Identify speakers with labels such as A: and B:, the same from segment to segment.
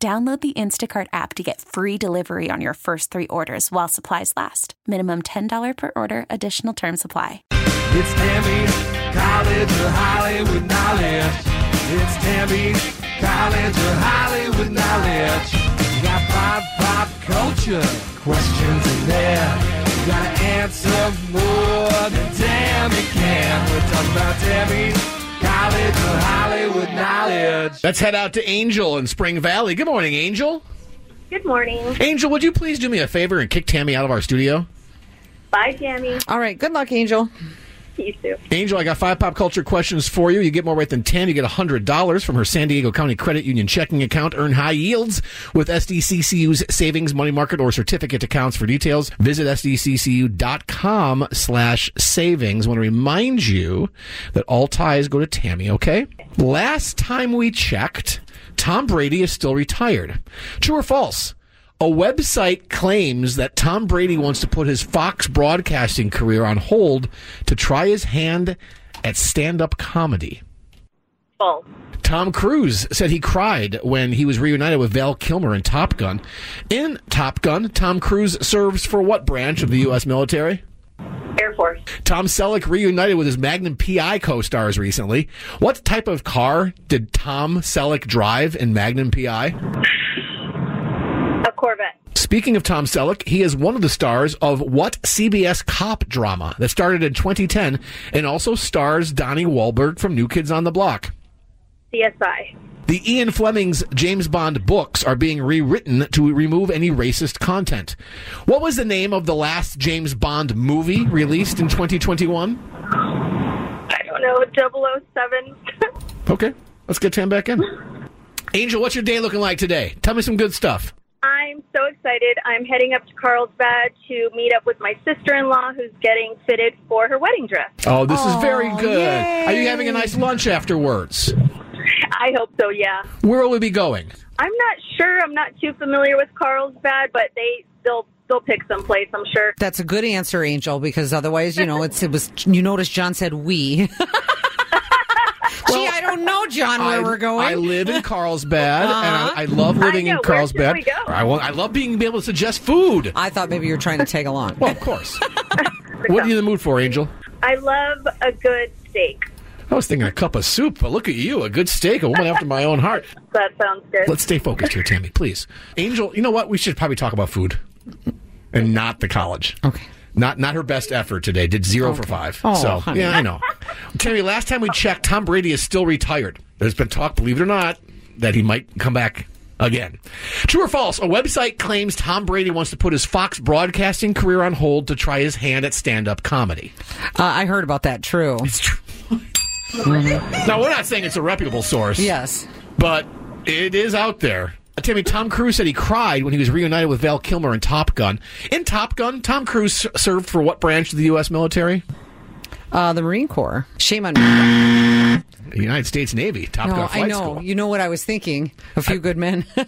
A: Download the Instacart app to get free delivery on your first three orders while supplies last. Minimum $10 per order, additional term supply.
B: It's Tammy's College of Hollywood Knowledge. It's Tammy's College of Hollywood Knowledge. You got pop, pop culture questions in there. You gotta answer more than Tammy can. We're talking about Tammy's College of Hollywood Knowledge.
C: Let's head out to Angel in Spring Valley. Good morning, Angel.
D: Good morning.
C: Angel, would you please do me a favor and kick Tammy out of our studio?
D: Bye, Tammy.
E: All right. Good luck, Angel.
D: You too.
C: Angel, I got five pop culture questions for you. You get more right than Tam. You get $100 from her San Diego County Credit Union checking account. Earn high yields with SDCCU's savings, money market, or certificate accounts. For details, visit sdccu.com slash savings. want to remind you that all ties go to Tammy, okay? Last time we checked, Tom Brady is still retired. True or false? A website claims that Tom Brady wants to put his Fox broadcasting career on hold to try his hand at stand up comedy.
D: False.
C: Tom Cruise said he cried when he was reunited with Val Kilmer in Top Gun. In Top Gun, Tom Cruise serves for what branch of the U.S. military?
D: Air Force.
C: Tom Selleck reunited with his Magnum PI co stars recently. What type of car did Tom Selleck drive in Magnum PI?
D: A Corvette.
C: Speaking of Tom Selleck, he is one of the stars of what CBS cop drama that started in 2010 and also stars Donnie Wahlberg from New Kids on the Block.
D: CSI.
C: The Ian Fleming's James Bond books are being rewritten to remove any racist content. What was the name of the last James Bond movie released in 2021?
D: I don't know. 007.
C: Okay, let's get Tam back in. Angel, what's your day looking like today? Tell me some good stuff.
D: I'm so excited. I'm heading up to Carlsbad to meet up with my sister in law who's getting fitted for her wedding dress.
C: Oh, this is very good. Are you having a nice lunch afterwards?
D: I hope so, yeah.
C: Where will we be going?
D: I'm not sure. I'm not too familiar with Carlsbad, but they they'll they'll pick some place, I'm sure.
E: That's a good answer, Angel, because otherwise, you know, it's it was. You notice John said we. Gee, I don't know, John, where
C: I,
E: we're going.
C: I live in Carlsbad, and I, I love living
D: Uh-huh. I know,
C: in
D: where
C: Carlsbad.
D: should we go?
C: I, want, I love being able to suggest food.
E: I thought maybe you were trying to tag along.
C: Well, of course. what are you in the mood for, Angel?
D: I love a good steak.
C: I was thinking a cup of soup, but look at you, a good steak, a woman after my own heart.
D: That sounds good.
C: Let's stay focused here, Tammy, please. Angel, you know what? We should probably talk about food and not the college.
E: Okay.
C: Not not her best effort today. Did zero for five.
E: Oh,
C: so
E: honey.
C: yeah, I know. Tammy, last time we checked, Tom Brady is still retired. There's been talk, believe it or not, that he might come back again. True or false? A website claims Tom Brady wants to put his Fox broadcasting career on hold to try his hand at stand-up comedy.
E: Uh, I heard about that. True.
C: It's true. now we're not saying it's a reputable source.
E: Yes.
C: but it is out there. Timmy, Tom Cruise said he cried when he was reunited with Val Kilmer in Top Gun. In Top Gun, Tom Cruise s- served for what branch of the U.S. military?
E: Uh, the Marine Corps. Shame on me.
C: The United States Navy. Top Gun
E: No,
C: Flight
E: I know.
C: School.
E: You know what I was thinking? A few good men.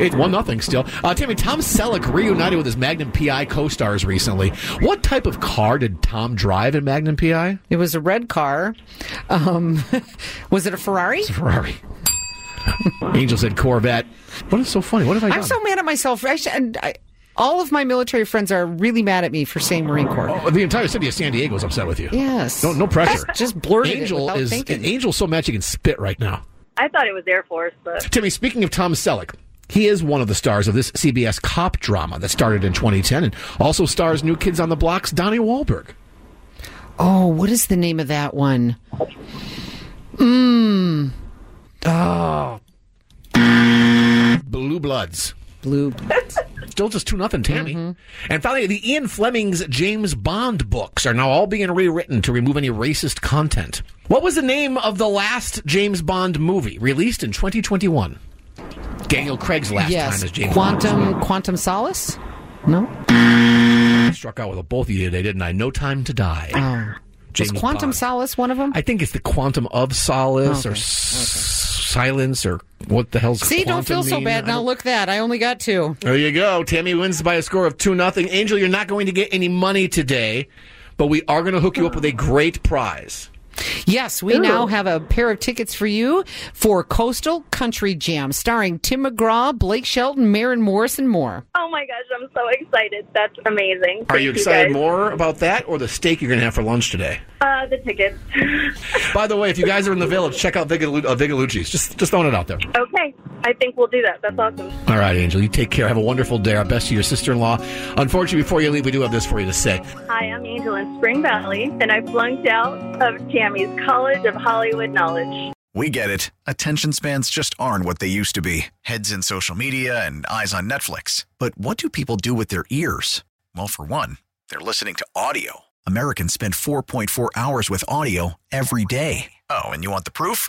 C: It's one nothing still. Uh, Timmy, Tom Selleck reunited with his Magnum PI co-stars recently. What type of car did Tom drive in Magnum PI?
E: it was a red car. Um, was it a Ferrari?
C: Ferrari. Angel said Corvette. What is so funny? What have I done?
E: I'm so mad at myself. I, sh- and I, all of my military friends are really mad at me for saying Marine Corps.
C: Oh, the entire city of San Diego is upset with you.
E: Yes.
C: No, no pressure.
E: Just- just blurted it
C: Angel
E: without
C: is
E: thinking.
C: Angel's so mad she can spit right now.
D: I thought it was Air Force, but
C: Timmy, speaking of Tom Selleck, he is one of the stars of this CBS cop drama that started in 2010 and also stars New Kids on the Block's Donnie Wahlberg.
E: Oh, what is the name of that one? Mmm. Oh,
C: Blue Bloods.
E: blue.
C: Still just 2 nothing, Tammy.
E: Mm-hmm.
C: And finally, the Ian Fleming's James Bond books are now all being rewritten to remove any racist content. What was the name of the last James Bond movie released in 2021? Daniel Craig's last time
E: yes.
C: as James
E: Quantum Quantum Solace? No.
C: Bond. Struck out with both of you today, didn't I? No Time to Die.
E: Oh. Was
C: James
E: Quantum
C: Bond.
E: Solace one of them?
C: I think it's the Quantum of Solace or
E: Okay.
C: s- Silence or what the hell's
E: See, don't
C: quantum
E: feel so
C: mean?
E: bad.
C: I
E: Now
C: don't-
E: look that. I only got two.
C: There you go. Tammy wins by a score of 2 nothing. Angel, you're not going to get any money today, but we are going to hook you up with a great prize.
E: Yes, we now have a pair of tickets for you for Coastal Country Jam, starring Tim McGraw, Blake Shelton, Maren Morris, and more.
D: Oh my gosh, I'm so excited. That's amazing.
C: Are
D: Thank
C: you excited
D: guys.
C: more about that or the steak you're going to have for lunch today?
D: Uh, the tickets.
C: By the way, if you guys are in the village, check out Vigalu- uh, Vigalucci's. Just, just throwing it out there.
D: okay, I think we'll do that. That's awesome.
C: All right, Angel, you take care. Have a wonderful day. Our best to your sister in law. Unfortunately, before you leave, we do have this for you to say.
D: Hi, I'm Angel in Spring Valley, and I flunked out of Tammy's College of Hollywood Knowledge.
F: We get it. Attention spans just aren't what they used to be heads in social media and eyes on Netflix. But what do people do with their ears? Well, for one, they're listening to audio. Americans spend 4.4 hours with audio every day. Oh, and you want the proof?